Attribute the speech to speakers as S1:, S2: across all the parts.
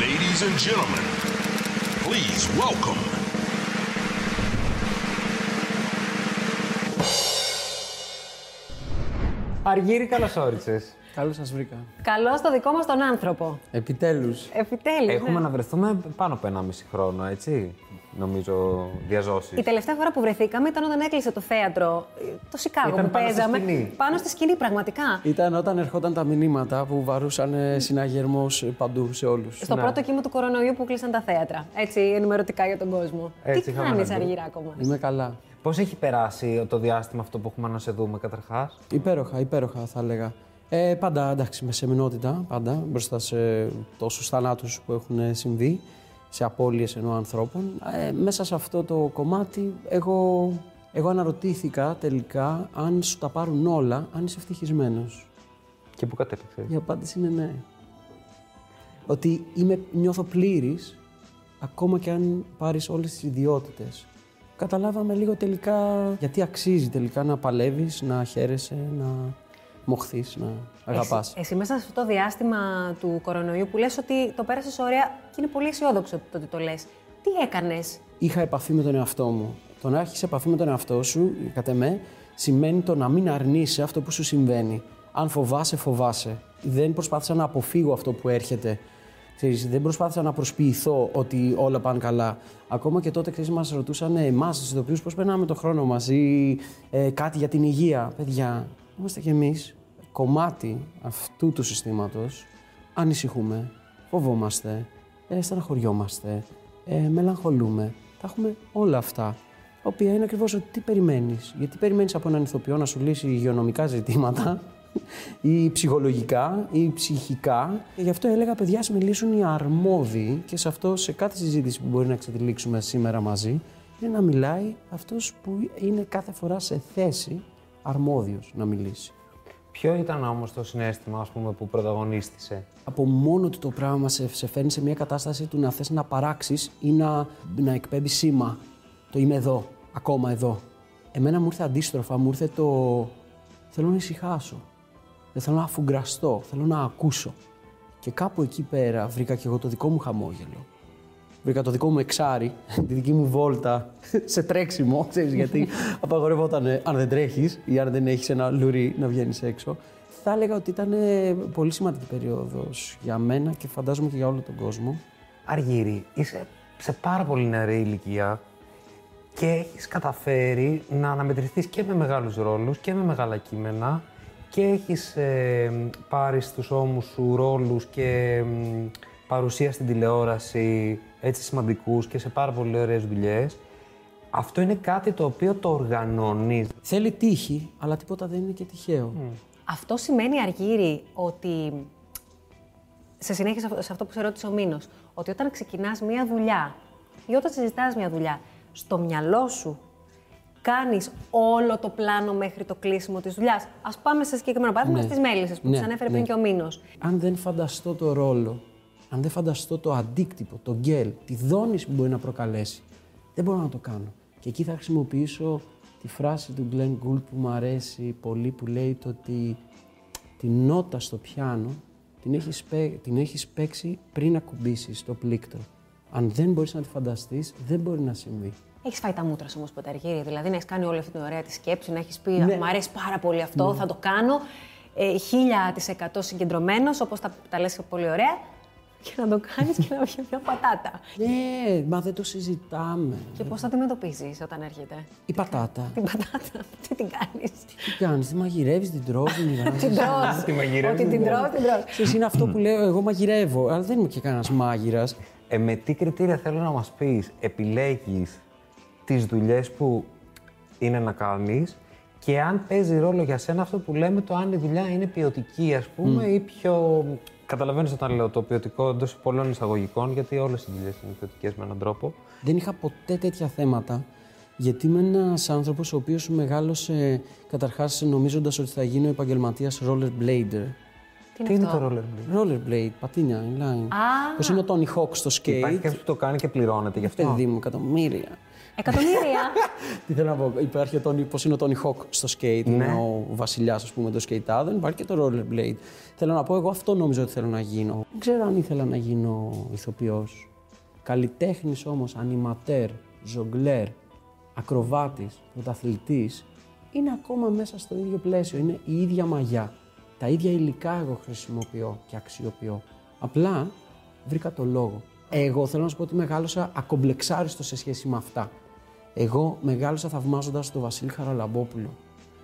S1: Ladies and gentlemen, please welcome.
S2: Αργύρι, καλώς όρισες.
S3: Καλώς σας βρήκα.
S4: Καλό στο δικό μας τον άνθρωπο. ναι.
S3: Επιτέλους.
S4: Επιτέλους.
S2: Έχουμε να βρεθούμε πάνω από 1,5 χρόνο, έτσι. Νομίζω διαζώσεις.
S4: Η τελευταία φορά που βρεθήκαμε ήταν όταν έκλεισε το θέατρο, το Σικάγο
S2: Ήταν
S4: που
S2: πάνω στη
S4: παίζαμε.
S2: σκηνή.
S4: πάνω στη σκηνή, πραγματικά.
S3: Ήταν όταν ερχόταν τα μηνύματα που βαρούσαν συναγερμός παντού σε όλους.
S4: Στο
S2: ναι.
S4: πρώτο κύμα του κορονοϊού που κλείσαν τα θέατρα. Έτσι, ενημερωτικά για τον κόσμο.
S2: Έτσι,
S4: Τι
S2: είχαμε
S4: κάνει,
S2: να δούμε.
S4: Αργυράκο μα.
S3: Είμαι καλά.
S2: Πώς έχει περάσει το διάστημα αυτό που έχουμε να σε δούμε, καταρχάς.
S3: Υπέροχα, υπέροχα θα έλεγα. Ε, πάντα εντάξει, με σεμινότητα, πάντα μπροστά σε τόσους θανάτους που έχουν ε, συμβεί, σε απώλειες ενώ ανθρώπων. Ε, μέσα σε αυτό το κομμάτι, εγώ, εγώ αναρωτήθηκα τελικά αν σου τα πάρουν όλα, αν είσαι ευτυχισμένος.
S2: Και που κατέληξε.
S3: Η απάντηση είναι ναι. Ότι είμαι, νιώθω πλήρης, ακόμα και αν πάρεις όλες τις ιδιότητες. Καταλάβαμε λίγο τελικά γιατί αξίζει τελικά να παλεύεις, να χαίρεσαι, να μοχθείς, να αγαπάς.
S4: Εσύ, εσύ μέσα σε αυτό το διάστημα του κορονοϊού που λες ότι το πέρασες ωραία και είναι πολύ αισιόδοξο το ότι το λες. Τι έκανες.
S3: Είχα επαφή με τον εαυτό μου. Το να έχεις επαφή με τον εαυτό σου, κατά με, σημαίνει το να μην αρνείσαι αυτό που σου συμβαίνει. Αν φοβάσαι, φοβάσαι. Δεν προσπάθησα να αποφύγω αυτό που έρχεται. Ξέρεις, δεν προσπάθησα να προσποιηθώ ότι όλα πάνε καλά. Ακόμα και τότε, ξέρεις, μας ρωτούσαν ε, εμάς, τους ειδοποιούς, πώς περνάμε το χρόνο μας ή ε, κάτι για την υγεία. Παιδιά, είμαστε κι εμείς κομμάτι αυτού του συστήματος. Ανησυχούμε, φοβόμαστε, ε, στεναχωριόμαστε, ε, μελαγχολούμε. Τα έχουμε όλα αυτά. Τα οποία είναι ακριβώς ότι τι περιμένεις. Γιατί περιμένεις από έναν ηθοποιό να σου λύσει υγειονομικά ζητήματα ή ψυχολογικά ή ψυχικά. Και γι' αυτό έλεγα, παιδιά, ας μιλήσουν οι αρμόδιοι και σε αυτό, σε κάθε συζήτηση που μπορεί να εξετυλίξουμε σήμερα μαζί, είναι να μιλάει αυτός που είναι κάθε φορά σε θέση αρμόδιος να μιλήσει.
S2: Ποιο ήταν όμως το συνέστημα ας πούμε, που πρωταγωνίστησε.
S3: από μόνο του το πράγμα σε, σε φέρνει σε μια κατάσταση του να θες να παράξεις ή να, να εκπέμπεις σήμα. Το είμαι εδώ, ακόμα εδώ. Εμένα μου ήρθε αντίστροφα, μου ήρθε το θέλω να ησυχάσω. Δεν θέλω να αφουγκραστώ, θέλω να ακούσω. Και κάπου εκεί πέρα βρήκα και εγώ το δικό μου χαμόγελο. Βρήκα το δικό μου εξάρι, τη δική μου βόλτα σε τρέξιμο, ξέρεις, γιατί απαγορεύονταν ε, αν δεν τρέχεις ή αν δεν έχεις ένα λουρί να βγαίνεις έξω. Θα έλεγα ότι ήταν ε, πολύ σημαντική περίοδος για μένα και φαντάζομαι και για όλο τον κόσμο.
S2: Αργύρι, είσαι σε πάρα πολύ νεαρή ηλικία και έχεις καταφέρει να αναμετρηθείς και με μεγάλους ρόλους και με μεγάλα κείμενα και έχεις πάρει στους ώμους σου ρόλους και μ, παρουσία στην τηλεόραση έτσι σημαντικούς και σε πάρα πολύ ωραίες δουλειές. Αυτό είναι κάτι το οποίο το οργανώνεις.
S3: Θέλει τύχη, αλλά τίποτα δεν είναι και τυχαίο.
S4: Αυτό σημαίνει, Αργύρι, ότι σε συνέχεια σε αυτό- σε αυτό που σε ρώτησε ο Μήνος, ότι όταν ξεκινάς μία δουλειά ή όταν συζητάς μία δουλειά, στο μυαλό σου κάνεις όλο το πλάνο μέχρι το κλείσιμο της δουλειάς. Ας πάμε σε συγκεκριμένο παράδειγμα στις μέλισσες που
S3: Ναι,
S4: τις ανέφερε
S3: ναι.
S4: πριν και ο Μήνος.
S3: Αν δεν φανταστώ το ρόλο, αν δεν φανταστώ το αντίκτυπο, το γκέλ, τη δόνηση που μπορεί να προκαλέσει, δεν μπορώ να το κάνω. Και εκεί θα χρησιμοποιήσω τη φράση του Glenn Gould που μου αρέσει πολύ που λέει το ότι τη νότα στο πιάνο την έχεις, παί- την έχεις παίξει πριν ακουμπήσεις το πλήκτρο. Αν δεν μπορείς να τη φανταστείς, δεν μπορεί να συμβεί.
S4: Έχεις φάει τα μούτρα σου όμως ποτέ, Αργύρι. Δηλαδή να έχεις κάνει όλη αυτή την ωραία τη σκέψη, να έχεις πει
S3: Ναι.
S4: «Μου αρέσει πάρα πολύ αυτό, θα το κάνω. Ε, Χίλια τη εκατό συγκεντρωμένος, όπως τα, τα λες πολύ ωραία. Και να το κάνεις και να βγει μια πατάτα.
S3: Ναι, μα δεν το συζητάμε.
S4: και πώς θα αντιμετωπίζει όταν έρχεται.
S3: Η πατάτα.
S4: Την πατάτα, τι την κάνεις.
S3: Τι κάνεις, τη μαγειρεύεις, την τρως, την μοιράζεσαι.
S4: την τρως.
S2: Τη μαγειρεύεις
S4: Ότι την
S2: μόνο.
S4: τρώω, την τρώω.
S3: Ξέρεις, είναι αυτό που λέω, εγώ μαγειρεύω, αλλά δεν είμαι και κανένας μάγειρας.
S2: Ε, με τι κριτήρια θέλω να μας πεις, επιλέγεις τις δουλειές που είναι να κάνεις και αν παίζει ρόλο για σένα αυτό που λέμε το αν η δουλειά είναι ποιοτική ας πούμε ή πιο... Καταλαβαίνεις όταν λέω το ποιοτικό εντός πολλών εισαγωγικών γιατί όλες οι δουλειές είναι ποιοτικές με έναν τρόπο.
S3: Δεν είχα ποτέ τέτοια θέματα, γιατί είμαι ένας άνθρωπος ο οποίος μεγάλωσε καταρχάς νομίζοντας ότι θα γίνω επαγγελματίας rollerblader.
S4: Τι είναι
S2: Τι είναι
S4: αυτό?
S2: το rollerblade.
S3: Rollerblade, πατίνια, inline.
S4: Α.
S3: Πώς είναι ο Tony Hawk στο
S2: Υπάρχει
S3: skate.
S2: κάποιο που το κάνει και πληρώνεται γι' αυτό.
S3: Παιδί μου, εκατομμύρια.
S4: Εκατομμύρια.
S3: Τι θέλω να πω, υπάρχει ο Tony, πώς είναι ο Tony Hawk στο skate, είναι ο βασιλιάς ας πούμε των σκεϊτάδων, υπάρχει και το rollerblade. Θέλω να πω, εγώ αυτό νόμιζα ότι θέλω να γίνω. Δεν ξέρω αν ήθελα να γίνω ηθοποιός. Καλλιτέχνης όμως, ανιματέρ, ζογκλέρ, ακροβάτης, πρωταθλητής, είναι ακόμα μέσα στο ίδιο πλαίσιο, είναι η ίδια μαγιά. Τα ίδια υλικά εγώ χρησιμοποιώ και αξιοποιώ. Απλά βρήκα το λόγο. Εγώ θέλω να σου πω ότι μεγάλωσα ακομπλεξάριστο σε σχέση με αυτά. Εγώ μεγάλωσα θαυμάζοντας τον Βασίλη Χαραλαμπόπουλο.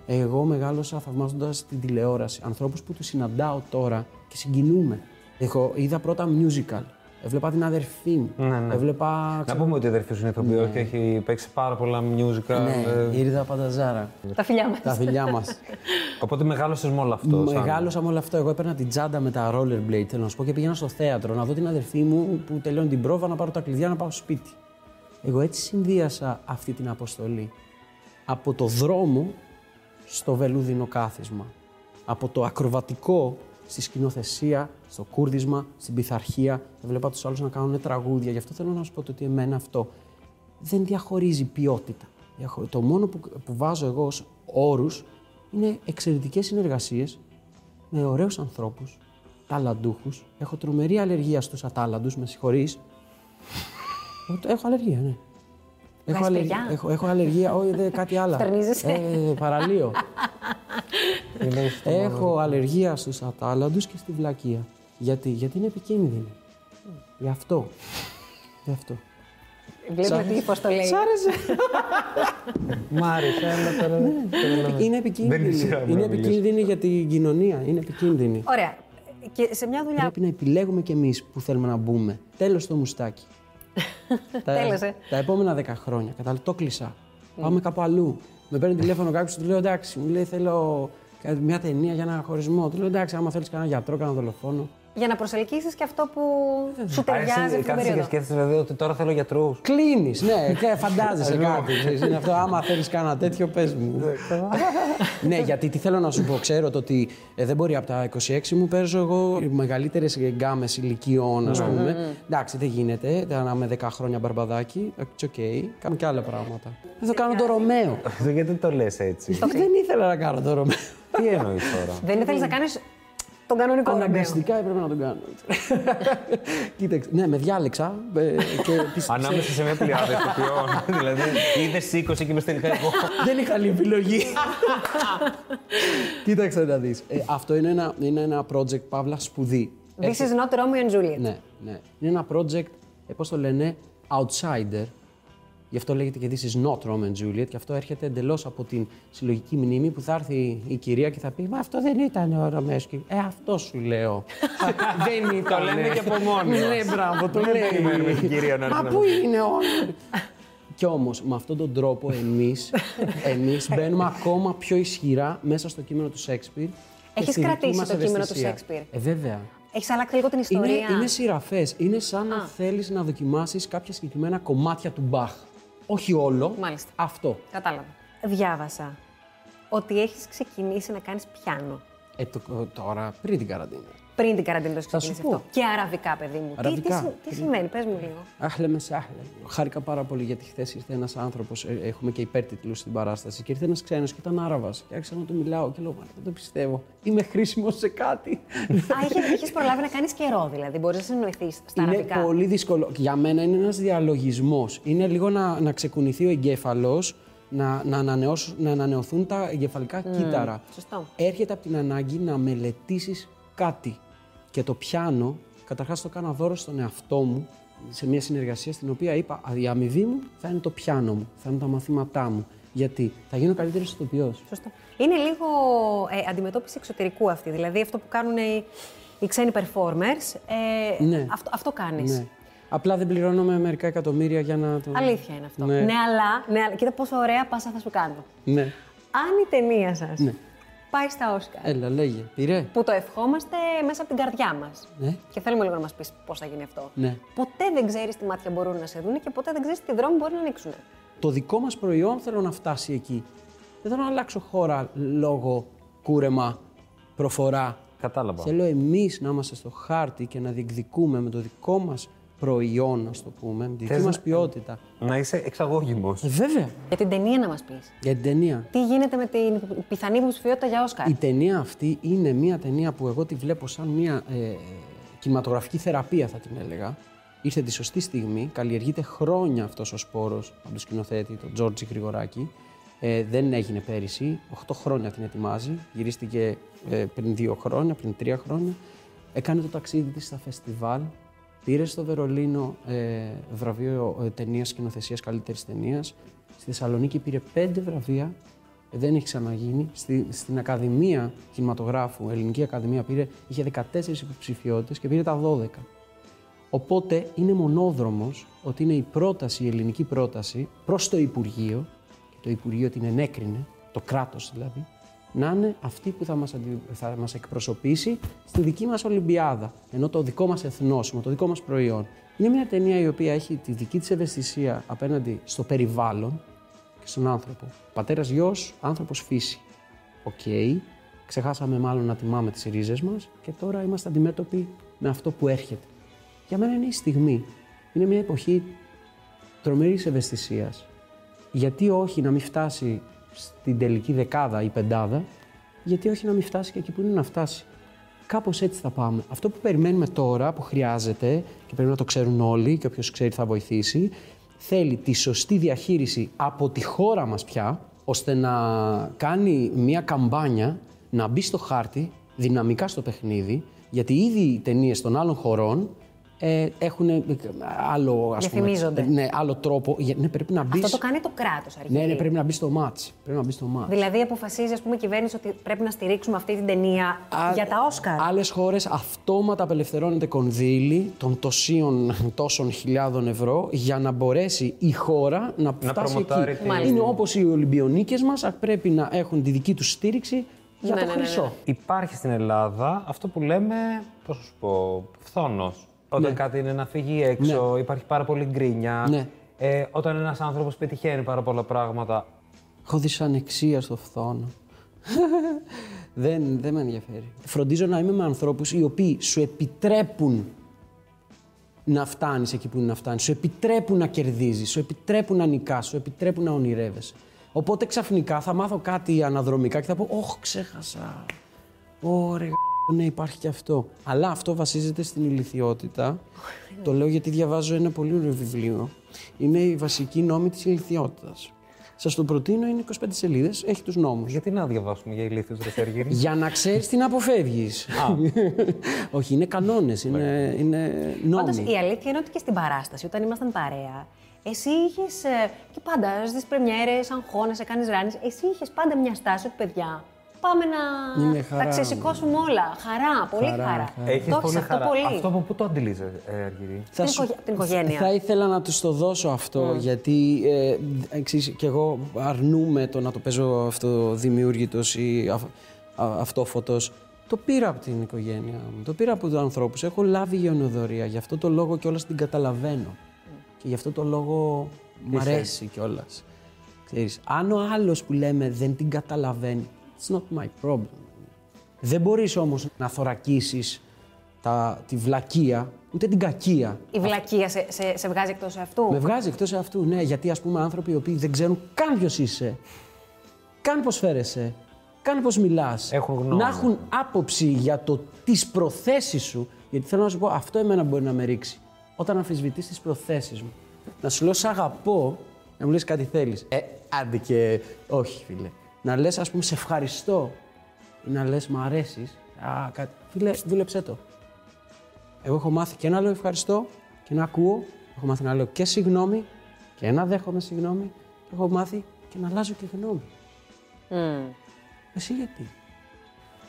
S3: Εγώ μεγάλωσα θαυμάζοντας την τηλεόραση. Ανθρώπους που τους συναντάω τώρα και συγκινούμε. Εγώ είδα πρώτα musical. Έβλεπα την αδερφή μου. Έβλεπα.
S2: Ναι, Να
S3: ξέρω,
S2: πούμε ότι ο αδερφό είναι ηθοποιός και έχει παίξει πάρα πολλά musical. ε,
S3: Ναι, Ήρδα Πανταζάρα.
S4: Τα φιλιά μας.
S3: Τα φιλιά μας.
S2: Οπότε μεγάλωσες με όλο αυτό. σαν-
S3: Μεγάλωσα με όλο αυτό. Εγώ έπαιρνα την τσάντα με τα rollerblade, θέλω να σου πω, και πήγαινα στο θέατρο να δω την αδερφή μου που τελειώνει την πρόβα, να πάρω τα κλειδιά να πάω σπίτι. Εγώ έτσι συνδύασα αυτή την αποστολή. Από το δρόμο στο βελούδινο κάθισμα. Από το ακροβατικό στη σκηνοθεσία, στο κούρδισμα, στην πειθαρχία. Βλέπα τους άλλους να κάνουν τραγούδια. Γι' αυτό θέλω να σου πω το ότι εμένα αυτό δεν διαχωρίζει ποιότητα. Διαχω- Το μόνο που, που βάζω εγώ ως όρους είναι εξαιρετικές συνεργασίες με ωραίους ανθρώπους, ταλαντούχους. Έχω τρομερή αλλεργία στους ατάλαντους, με συγχωρείς. Εγώ το- Έχω αλλεργία, ναι. Έχω,
S4: Βγάζεις
S3: αλλεργία,
S4: παιδιά?
S3: έχω, έχω αλλεργία, όχι, δε, κάτι άλλο.
S4: Φτερνίζεσαι.
S3: Ε, παραλίο.
S2: Είναι στο-
S3: έχω αλλεργία στους ατάλαντους και στη βλακεία. Γιατί, γιατί είναι επικίνδυνη. Γι' αυτό. Γι' αυτό.
S4: Βλέπουμε τι πώς το λέει.
S3: Σ' άρεσε.
S2: Μ' άρεσε, έλα τώρα. ναι.
S3: Είναι επικίνδυνη.
S2: Δεν ήξερα που
S3: είναι
S2: να μιλήσω.
S3: επικίνδυνη για την κοινωνία. Είναι επικίνδυνη.
S4: Ωραία. Και σε μια δουλειά.
S3: Πρέπει να επιλέγουμε κι εμείς που θέλουμε να μπούμε. Τέλος το μουστάκι. τα,
S4: Τέλωσε.
S3: τα επόμενα 10 χρόνια. Κατάλαβα, το κλείσα. Πάμε κάπου αλλού. Με παίρνει τηλέφωνο κάποιος, του λέω εντάξει, μου λέει θέλω κα- μια ταινία για ένα χωρισμό. Του λέω εντάξει, άμα θέλεις κανένα γιατρό, κανένα δολοφόνο.
S4: Για να προσελκύσεις και αυτό που σου
S2: Α, εσύ
S4: ταιριάζει αυτή την
S2: κάθεσαι και
S4: περίοδο.
S2: σκέφτεσαι δηλαδή ότι τώρα θέλω γιατρούς.
S3: Κλείνεις, ναι, και φαντάζεσαι κάτι. ξέρεις, είναι αυτό. Άμα θέλεις κανένα τέτοιο, πες μου. ναι, γιατί τι θέλω να σου πω, ξέρω το ότι ε, δεν μπορεί από τα 26 μου παίζω εγώ μεγαλύτερες γκάμε ηλικιών, ας πούμε. Εντάξει, δεν γίνεται. Δεν είμαι 10 χρόνια μπαρμπαδάκι. ε, It's ok. Κάνω και άλλα πράγματα. Εδώ κάνω το Ρωμαίο.
S2: Γιατί το λες έτσι.
S3: Δεν ήθελα να κάνω το Ρωμαίο.
S2: Τι εννοείς τώρα.
S4: Δεν ήθελες να κάνεις τον κανονικό Ρωμαίο.
S3: Αναγκαστικά έπρεπε να τον κάνω. Κοίταξε. Ναι, με διάλεξα. ε, και τις-
S2: Ανάμεσα σε μια πλειάδα ηθοποιών. δηλαδή, είδε 20 και είμαι τελικά εγώ.
S3: Δεν είχα άλλη επιλογή. Κοίταξε να δεις. Ε, αυτό είναι ένα, είναι ένα project παύλα σπουδή.
S4: This is not Romeo and Juliet.
S3: Ναι, ναι. Είναι ένα project, ε, πώς το λένε, outsider. Γι' αυτό λέγεται και This is not Roman Juliet και αυτό έρχεται εντελώς από την συλλογική μνήμη που θα έρθει η κυρία και θα πει Μα αυτό δεν ήταν ο Ρωμέσκι. Ε, αυτό σου λέω. δεν ήταν.
S2: Το λέμε και από μόνοι μας.
S3: Ναι, μπράβο, το λέει.
S2: περιμένουμε την κυρία να
S3: Μα
S2: έρθει να
S3: πού είναι όλοι. Κι όμως, με αυτόν τον τρόπο, εμείς εμείς μπαίνουμε ακόμα πιο ισχυρά μέσα στο κείμενο του Σέξπιρ. και
S4: Έχεις
S3: στη δική
S4: κρατήσει
S3: μας
S4: το κείμενο του
S3: ευαισθησία.
S4: Σέξπιρ.
S3: Ε, βέβαια.
S4: Έχεις αλλάξει λίγο την
S3: Είναι,
S4: ιστορία.
S3: είναι σειραφές. Είναι σαν να θέλεις να δοκιμάσεις κάποια συγκεκριμένα κομμάτια του Μπαχ. Όχι όλο.
S4: Μάλιστα.
S3: Αυτό.
S4: Κατάλαβα. Διάβασα ότι έχεις ξεκινήσει να κάνεις πιάνο.
S3: Ε, το- τώρα, πριν την καραντίνα.
S4: Πριν την καραντίνα το έχεις
S3: Θα σου
S4: ξεκινήσει
S3: πω.
S4: αυτό. Και αραβικά, παιδί μου. Τι-
S3: Αραβικά.
S4: Τι, συ- τι, σημαίνει, πες μου λίγο.
S3: Άχλε με σάχλε. Χάρηκα πάρα πολύ γιατί χθες ήρθε ένας άνθρωπος. Έχουμε και υπέρτιτλους στην παράσταση. Και ήρθε ένας ξένος και ήταν Άραβας. Και άρχισα να του μιλάω και λέω: «Μα, Δεν το πιστεύω. Είμαι χρήσιμος σε κάτι.
S4: Α, έχει προλάβει να κάνεις καιρό, δηλαδή. Μπορείς να συνοηθεί στα
S3: είναι
S4: αραβικά.
S3: πολύ δύσκολο. Για μένα είναι ένας διαλογισμός. Είναι λίγο να, να ξεκουνηθεί ο εγκέφαλος, να, να, ανανεώσουν- να ανανεωθούν τα εγκεφαλικά κύτταρα.
S4: σωστό.
S3: Έρχεται από την ανάγκη να μελετήσεις κάτι. Και το πιάνω, καταρχάς το κάνα δώρο στον εαυτό μου σε μια συνεργασία στην οποία είπα «Α, η αμοιβή μου θα είναι το πιάνο μου, θα είναι τα μαθήματά μου. Γιατί θα γίνω καλύτερος ηθοποιός.
S4: Σωστό. Είναι λίγο ε, αντιμετώπιση εξωτερικού αυτή. Δηλαδή αυτό που κάνουν οι, οι ξένοι performers. Ε,
S3: Ναι.
S4: αυτό, αυτό κάνεις.
S3: Ναι. Απλά δεν πληρώνομαι μερικά εκατομμύρια για να το.
S4: Αλήθεια είναι αυτό.
S3: Ναι.
S4: αλλά, ναι, αλλά κοίτα πόσο ωραία πάσα θα σου κάνω.
S3: Ναι.
S4: Αν η ταινία σας πάει στα Όσκαρ,
S3: Έλα, λέγε. Πειρέ.
S4: που το ευχόμαστε μέσα από την καρδιά μας.
S3: Ναι.
S4: Και θέλουμε λίγο να μας πεις πώς θα γίνει αυτό.
S3: Ναι.
S4: Ποτέ δεν ξέρεις τι μάτια μπορούν να σε δουν και ποτέ δεν ξέρεις τι δρόμο μπορεί να ανοίξουν.
S3: το δικό μας προϊόν θέλω να φτάσει εκεί. Δεν θέλω να αλλάξω χώρα λόγω κούρεμα, προφορά,
S2: Κατάλαβα.
S3: Θέλω εμείς να είμαστε στο χάρτη και να διεκδικούμε με το δικό μας προϊόν, ας το πούμε, με τη δική
S2: Θες
S3: μας
S2: να-
S3: ποιότητα.
S2: Να είσαι εξαγώγημος.
S3: Ε, βέβαια,
S4: Για την ταινία να μας πεις.
S3: για την ταινία.
S4: Τι γίνεται με την πιθανή υποψηφιότητα για Όσκαρ.
S3: Η ταινία αυτή είναι μια ταινία που εγώ τη βλέπω σαν μια ε, κινηματογραφική θεραπεία, θα την έλεγα. Ήρθε τη σωστή στιγμή, καλλιεργείται χρόνια αυτός ο σπόρος από τον σκηνοθέτη, τον Τζόρτζι Γρηγοράκη. Ε, δεν έγινε πέρυσι, 8 χρόνια την ετοιμάζει. Γυρίστηκε ε, πριν 2 χρόνια, πριν 3 χρόνια. Έκανε το ταξίδι της στα φεστιβάλ. Πήρε στο Βερολίνο ε, βραβείο ε, ταινίας σκηνοθεσίας καλύτερης ταινίας. Στη Θεσσαλονίκη πήρε 5 βραβεία Ε, δεν έχει ξαναγίνει. Στη, στην Ακαδημία Κινηματογράφου, Ελληνική Ακαδημία, πήρε, είχε 14 υποψηφιότητες και πήρε τα 12. Οπότε είναι μονόδρομος ότι είναι η πρόταση, η ελληνική πρόταση προς το Υπουργείο, και το Υπουργείο την ενέκρινε, το κράτος δηλαδή, να είναι αυτή που θα μας, αντι- θα μας εκπροσωπήσει στη δική μας Ολυμπιάδα, ενώ το δικό μας εθνόσημο, το δικό μας προϊόν. Είναι μια ταινία η οποία έχει τη δική της ευαισθησία απέναντι στο περιβάλλον και στον άνθρωπο. Πατέρας γιος, άνθρωπος φύση. Οκ, ξεχάσαμε μάλλον να τιμάμε τις ρίζες μας και τώρα είμαστε αντιμέτωποι με αυτό που έρχεται. Για μένα είναι η στιγμή. Είναι μια εποχή τρομερής ευαισθησίας. Γιατί όχι να μην φτάσει στην τελική δεκάδα ή πεντάδα, γιατί όχι να μην φτάσει και εκεί που είναι να φτάσει. Κάπως έτσι θα πάμε. Αυτό που περιμένουμε τώρα, που χρειάζεται και πρέπει να το ξέρουν όλοι και όποιος ξέρει θα βοηθήσει, θέλει τη σωστή διαχείριση από τη χώρα μας πια, ώστε να κάνει μια καμπάνια να μπει στο χάρτη δυναμικά στο παιχνίδι, γιατί ήδη οι ταινίες των άλλων χωρών ε, έχουν άλλο, ας πούμε,
S4: Διαφημίζονται.
S3: ναι, άλλο τρόπο. Για- Ναι, πρέπει να μπει.
S4: Αυτό το κάνει το κράτος αρχικά.
S3: Ναι, ναι, πρέπει να μπεις στο μάτς. Πρέπει να μπεις στο μάτς.
S4: Δηλαδή, αποφασίζει, ας πούμε, η κυβέρνηση ότι πρέπει να στηρίξουμε αυτή την ταινία για τα Όσκαρ.
S3: Άλλες χώρες αυτόματα απελευθερώνεται κονδύλι των τοσίων τόσων χιλιάδων ευρώ για να μπορέσει η χώρα να, φτάσει
S2: προμοτάρει
S3: εκεί.
S2: την-
S4: Μάλιστα.
S3: Είναι όπως οι Ολυμπιονίκες μας, πρέπει να έχουν τη δική τους στήριξη για
S4: Ναι,
S3: το
S4: ναι, ναι, ναι.
S3: χρυσό.
S2: Υπάρχει στην Ελλάδα αυτό που λέμε, πώς να σου πω, φθόνος. Όταν
S4: Ναι.
S2: κάτι είναι να φύγει έξω, υπάρχει πάρα πολύ γκρίνια.
S3: Ναι.
S2: Ε, όταν ένας άνθρωπος πετυχαίνει πάρα πολλά πράγματα.
S3: Έχω δυσανεξία στο φθόνο. δεν, δεν με ενδιαφέρει. Φροντίζω να είμαι με ανθρώπους οι οποίοι σου επιτρέπουν να φτάνεις εκεί που είναι να φτάνεις. Σου επιτρέπουν να κερδίζεις, σου επιτρέπουν να νικάς, σου επιτρέπουν να ονειρεύεσαι. Οπότε ξαφνικά θα μάθω κάτι αναδρομικά και θα πω «Ωχ, ξέχασα». Ωραία, ναι, υπάρχει και αυτό. Αλλά αυτό βασίζεται στην ηλικιότητα. Το λέω γιατί διαβάζω ένα πολύ ωραίο βιβλίο. Είναι η βασική νόμη της ηλικιότητας. Σας το προτείνω, είναι 25 σελίδες, έχει τους νόμους.
S2: Γιατί να διαβάσουμε για ηλίθιους ρε Σεργίνη?
S3: Για να ξέρεις τι να αποφεύγεις. Όχι, είναι κανόνες, είναι, είναι νόμοι.
S4: Πάντως η αλήθεια είναι ότι και στην παράσταση, όταν ήμασταν παρέα, εσύ είχες. και πάντα στις πρεμιέρες, αγχώνεσαι, κάνεις ράνες, Εσύ είχες πάντα μια στάση ότι παιδιά. Πάμε να
S3: Είναι χαρά
S4: τα ξεσηκώσουμε όλα. Χαρά, πολύ
S3: Χαρά,
S4: χαρά.
S3: χαρά.
S2: Έχεις
S4: Το έχεις αυτό πολύ.
S2: Αυτό από πού το αντιλείζεσαι, ε, Αργυρί?
S3: Θα
S4: Την οικογέ- την οικογένεια.
S3: Θα ήθελα να τους το δώσω αυτό, γιατί ε, εξής, κι εγώ αρνούμαι το να το παίζω αυτοδημιούργητος ή αυ, α, αυτόφωτος. Το πήρα από την οικογένεια μου, το πήρα από τους ανθρώπους. Έχω λάβει γεωνοδορία, γι' αυτό το λόγο κιόλας την καταλαβαίνω. Και γι' αυτό το λόγο μου αρέσει κιόλας. Ξέρεις, αν ο άλλος που λέμε δεν την καταλαβαίνει, it's not my problem. Δεν μπορείς όμως να θωρακίσεις τα, τη βλακεία, ούτε την κακία.
S4: Η βλακεία σε, σε, σε βγάζει εκτός αυτού.
S3: Με βγάζει εκτός αυτού, ναι, γιατί ας πούμε άνθρωποι οι οποίοι δεν ξέρουν καν ποιος είσαι, καν πώς φέρεσαι, καν πώς μιλάς,
S2: Έχουν γνώμη.
S3: να έχουν άποψη για το τις προθέσεις σου, γιατί θέλω να σου πω, αυτό εμένα μπορεί να με ρίξει, όταν αμφισβητείς τις προθέσεις μου. Να σου λέω σ' αγαπώ, να μου λες κάτι θέλεις. Ε, άντε και όχι φίλε. Να λες ας πούμε σε ευχαριστώ, ή να λες μ' αρέσεις, α, κάτι. Φίλε, δούλεψέ το. Εγώ έχω μάθει και να λέω ευχαριστώ και να ακούω. Έχω μάθει να λέω και συγγνώμη και να δέχομαι συγγνώμη. Και έχω μάθει και να αλλάζω και γνώμη. Εσύ γιατί.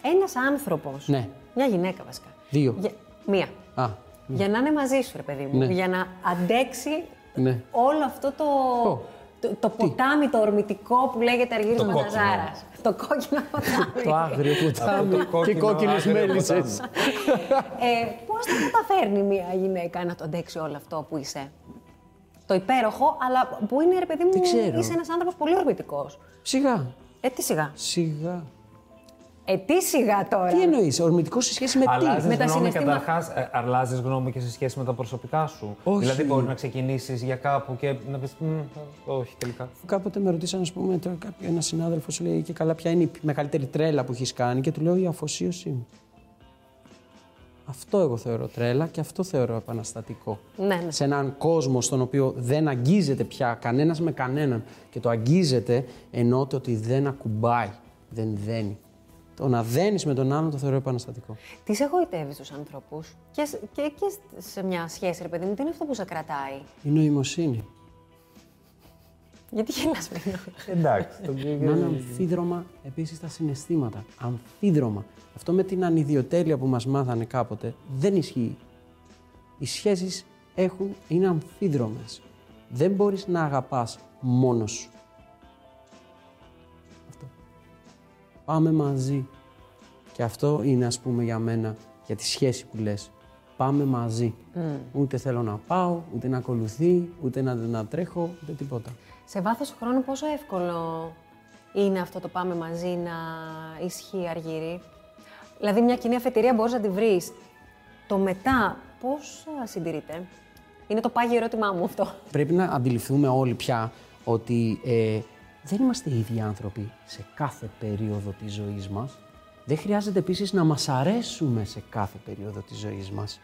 S4: Ένα άνθρωπος.
S3: Ναι.
S4: Μια γυναίκα βασικά.
S3: Δύο.
S4: Για- Μία.
S3: Α,
S4: Για να είναι μαζί σου, ρε παιδί μου.
S3: Ναι.
S4: Για να αντέξει
S3: ναι.
S4: όλο αυτό το,
S3: Ω.
S4: το, το ποτάμι, το ορμητικό που λέγεται Αργύρης
S2: Το
S4: Μανταζάρας. Το κόκκινο ποτάμι.
S3: Το άγριο
S2: Από το
S3: κουτάμι και
S2: κόκκινο
S3: κόκκινες
S2: άγριο
S3: μέλισσες.
S4: ε, πώς θα καταφέρνει μια γυναίκα να το αντέξει όλο αυτό που είσαι. Το υπέροχο, αλλά που είναι, ρε παιδί μου,
S3: ξέρω.
S4: είσαι ένας άνθρωπος πολύ ορμητικός.
S3: Σιγά.
S4: Ε, τι σιγά.
S3: Σιγά.
S4: Ε, τι σιγά τώρα.
S3: Τι εννοείς, ορμητικό σε σχέση με τι.
S2: Αλλάζεις
S4: Με τα
S2: γνώμη
S4: συναισθήμα-
S2: καταρχάς. Ε, Αλλάζεις γνώμη και σε σχέση με τα προσωπικά σου.
S3: Όχι.
S2: Δηλαδή, μπορείς να ξεκινήσεις για κάπου και να πεις. Όχι, τελικά.
S3: Κάποτε με ρωτήσαν, ας πούμε, ένας συνάδελφος λέει και καλά, ποια είναι η μεγαλύτερη τρέλα που έχεις κάνει και του λέω η αφοσίωσή μου. Αυτό εγώ θεωρώ τρέλα και αυτό θεωρώ επαναστατικό.
S4: Ναι, ναι.
S3: Σε έναν κόσμο στον οποίο δεν αγγίζεται πια κανένας με κανέναν και το αγγίζεται εννοώ το ότι δεν ακουμπάει, δεν δένει. Το να δένεις με τον άλλον το θεωρώ επαναστατικό.
S4: Τις σε εγωιτεύεις τους ανθρώπους και, σ- και, και σ- σε μια σχέση, ρε παιδί μου, τι είναι αυτό που σε κρατάει.
S3: Η νοημοσύνη.
S4: Γιατί γελάς πριν.
S2: Εντάξει. το-
S3: Να είναι αμφίδρομα επίσης τα συναισθήματα. Αμφίδρομα. Αυτό με την ανιδιοτέλεια που μας μάθανε κάποτε δεν ισχύει. Οι σχέσεις έχουν, είναι αμφίδρομες. Δεν μπορείς να αγαπάς μόνος σου. Αυτό. Πάμε μαζί. Και αυτό είναι, ας πούμε, για μένα, για τη σχέση που λες. Πάμε μαζί. Ούτε θέλω να πάω, ούτε να ακολουθεί, ούτε να, να τρέχω, ούτε τίποτα.
S4: σε βάθος χρόνου, πόσο εύκολο είναι αυτό το πάμε μαζί να ισχύει αργύρι. Δηλαδή, μια κοινή αφετηρία μπορείς να τη βρεις. Το μετά, πώ συντηρείται. Είναι το πάγιο ερώτημά μου αυτό.
S3: πρέπει να αντιληφθούμε όλοι πια ότι ε, δεν είμαστε οι ίδιοι άνθρωποι σε κάθε περίοδο της ζωής μας. Δεν χρειάζεται επίσης να μας αρέσουμε σε κάθε περίοδο της ζωής μας.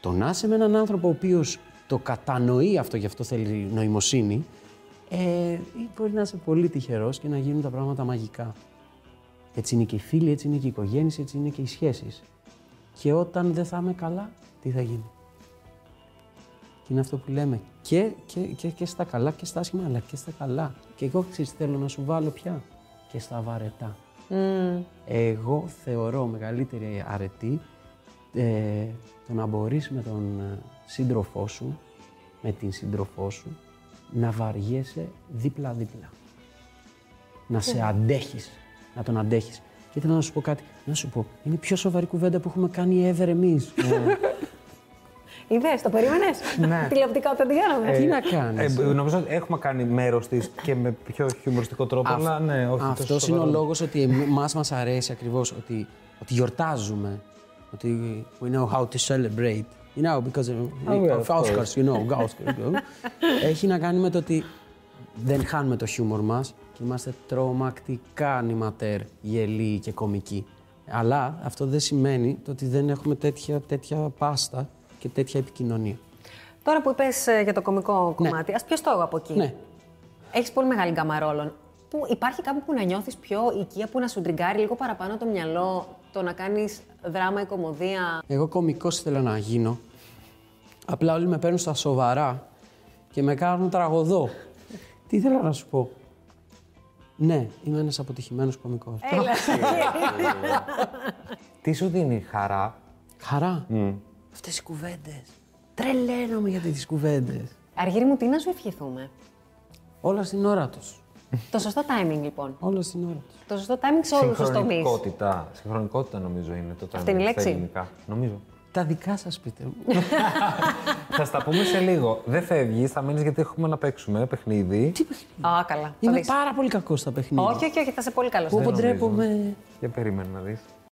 S3: Το να είσαι με έναν άνθρωπο ο οποίος το κατανοεί αυτό, γι' αυτό θέλει νοημοσύνη, ε, μπορεί να είσαι πολύ τυχερός και να γίνουν τα πράγματα μαγικά. Έτσι είναι και οι φίλοι, έτσι είναι και η οικογένεια, έτσι είναι και οι σχέσεις. Και όταν δεν θα είμαι καλά, τι θα γίνει. Και είναι αυτό που λέμε και, και, και, και στα καλά και στα άσχημα, αλλά και στα καλά. Και εγώ ξέρεις τι θέλω να σου βάλω πια και στα βαρετά. Εγώ θεωρώ μεγαλύτερη αρετή ε, το να μπορείς με τον ε, σύντροφό σου, με την σύντροφό σου, να βαριέσαι δίπλα-δίπλα. Να σε αντέχεις, να τον αντέχεις. Και ήθελα να σου πω κάτι, να σου πω, είναι η πιο σοβαρή κουβέντα που έχουμε κάνει ever εμείς.
S4: Είδε, το περίμενες.
S2: Ναι.
S4: Τηλεοπτικά όταν την κάναμε.
S3: Τι να κάνεις.
S2: Ε, νομίζω ότι έχουμε κάνει μέρος της και με πιο χιουμοριστικό τρόπο. αλλά ναι, όχι.
S3: Αυτό είναι ο λόγος ότι εμά μα αρέσει ακριβώς ότι, ότι γιορτάζουμε. Ότι we know how to celebrate. You know, because
S2: yeah,
S3: of
S2: of
S3: Oscars, you know, Oscars. you know. Έχει να κάνει με το ότι δεν χάνουμε το χιούμορ μας και είμαστε τρομακτικά νηματέρ, γελοί και κομικοί. Αλλά αυτό δεν σημαίνει το ότι δεν έχουμε τέτοια, τέτοια πάστα και τέτοια επικοινωνία.
S4: Τώρα που είπες για το
S2: Ναι.
S4: κωμικό κομμάτι, ας πιω το εγώ
S2: Ε,
S4: από εκεί.
S3: Ναι.
S4: Έχεις πολύ μεγάλη γκάμα ρόλων. Που υπάρχει κάπου που να νιώθεις πιο οικία, που να σου τριγκάρει λίγο παραπάνω το μυαλό, το να κάνεις δράμα ή κομμωδία.
S3: Εγώ κωμικό ήθελα να γίνω. Απλά όλοι με παίρνουν στα σοβαρά και με κάνουν τραγωδό. Τι ήθελα να σου πω. Ναι, είμαι ένας αποτυχημένος κωμικός.
S4: Έλα.
S2: Τι σου δίνει χαρά.
S3: Χαρά. Αυτές οι κουβέντες. Τρελαίνομαι για τις κουβέντες.
S4: Αργύρι μου, τι να σου ευχηθούμε.
S3: Όλα στην ώρα τους.
S4: το σωστό timing, λοιπόν.
S3: Όλα στην ώρα τους.
S4: Το σωστό timing σε όλους τους τομείς.
S2: Συγχρονικότητα. Συγχρονικότητα νομίζω είναι το
S4: Αυτή είναι η
S2: term στα
S4: λέξη?
S2: ελληνικά. Νομίζω.
S3: Τα δικά σας πείτε μου.
S2: θα στα πούμε σε λίγο. Δεν φεύγεις, θα μείνεις γιατί έχουμε να παίξουμε παιχνίδι.
S3: Τι παιχνίδι.
S4: Α, καλά. Θα
S3: Είμαι
S4: δεις.
S3: πάρα πολύ κακός στα παιχνίδια.
S4: Όχι, όχι, όχι, θα είσαι πολύ καλός.
S3: Που αποτρέπομαι.
S2: Για περίμενα να δεις.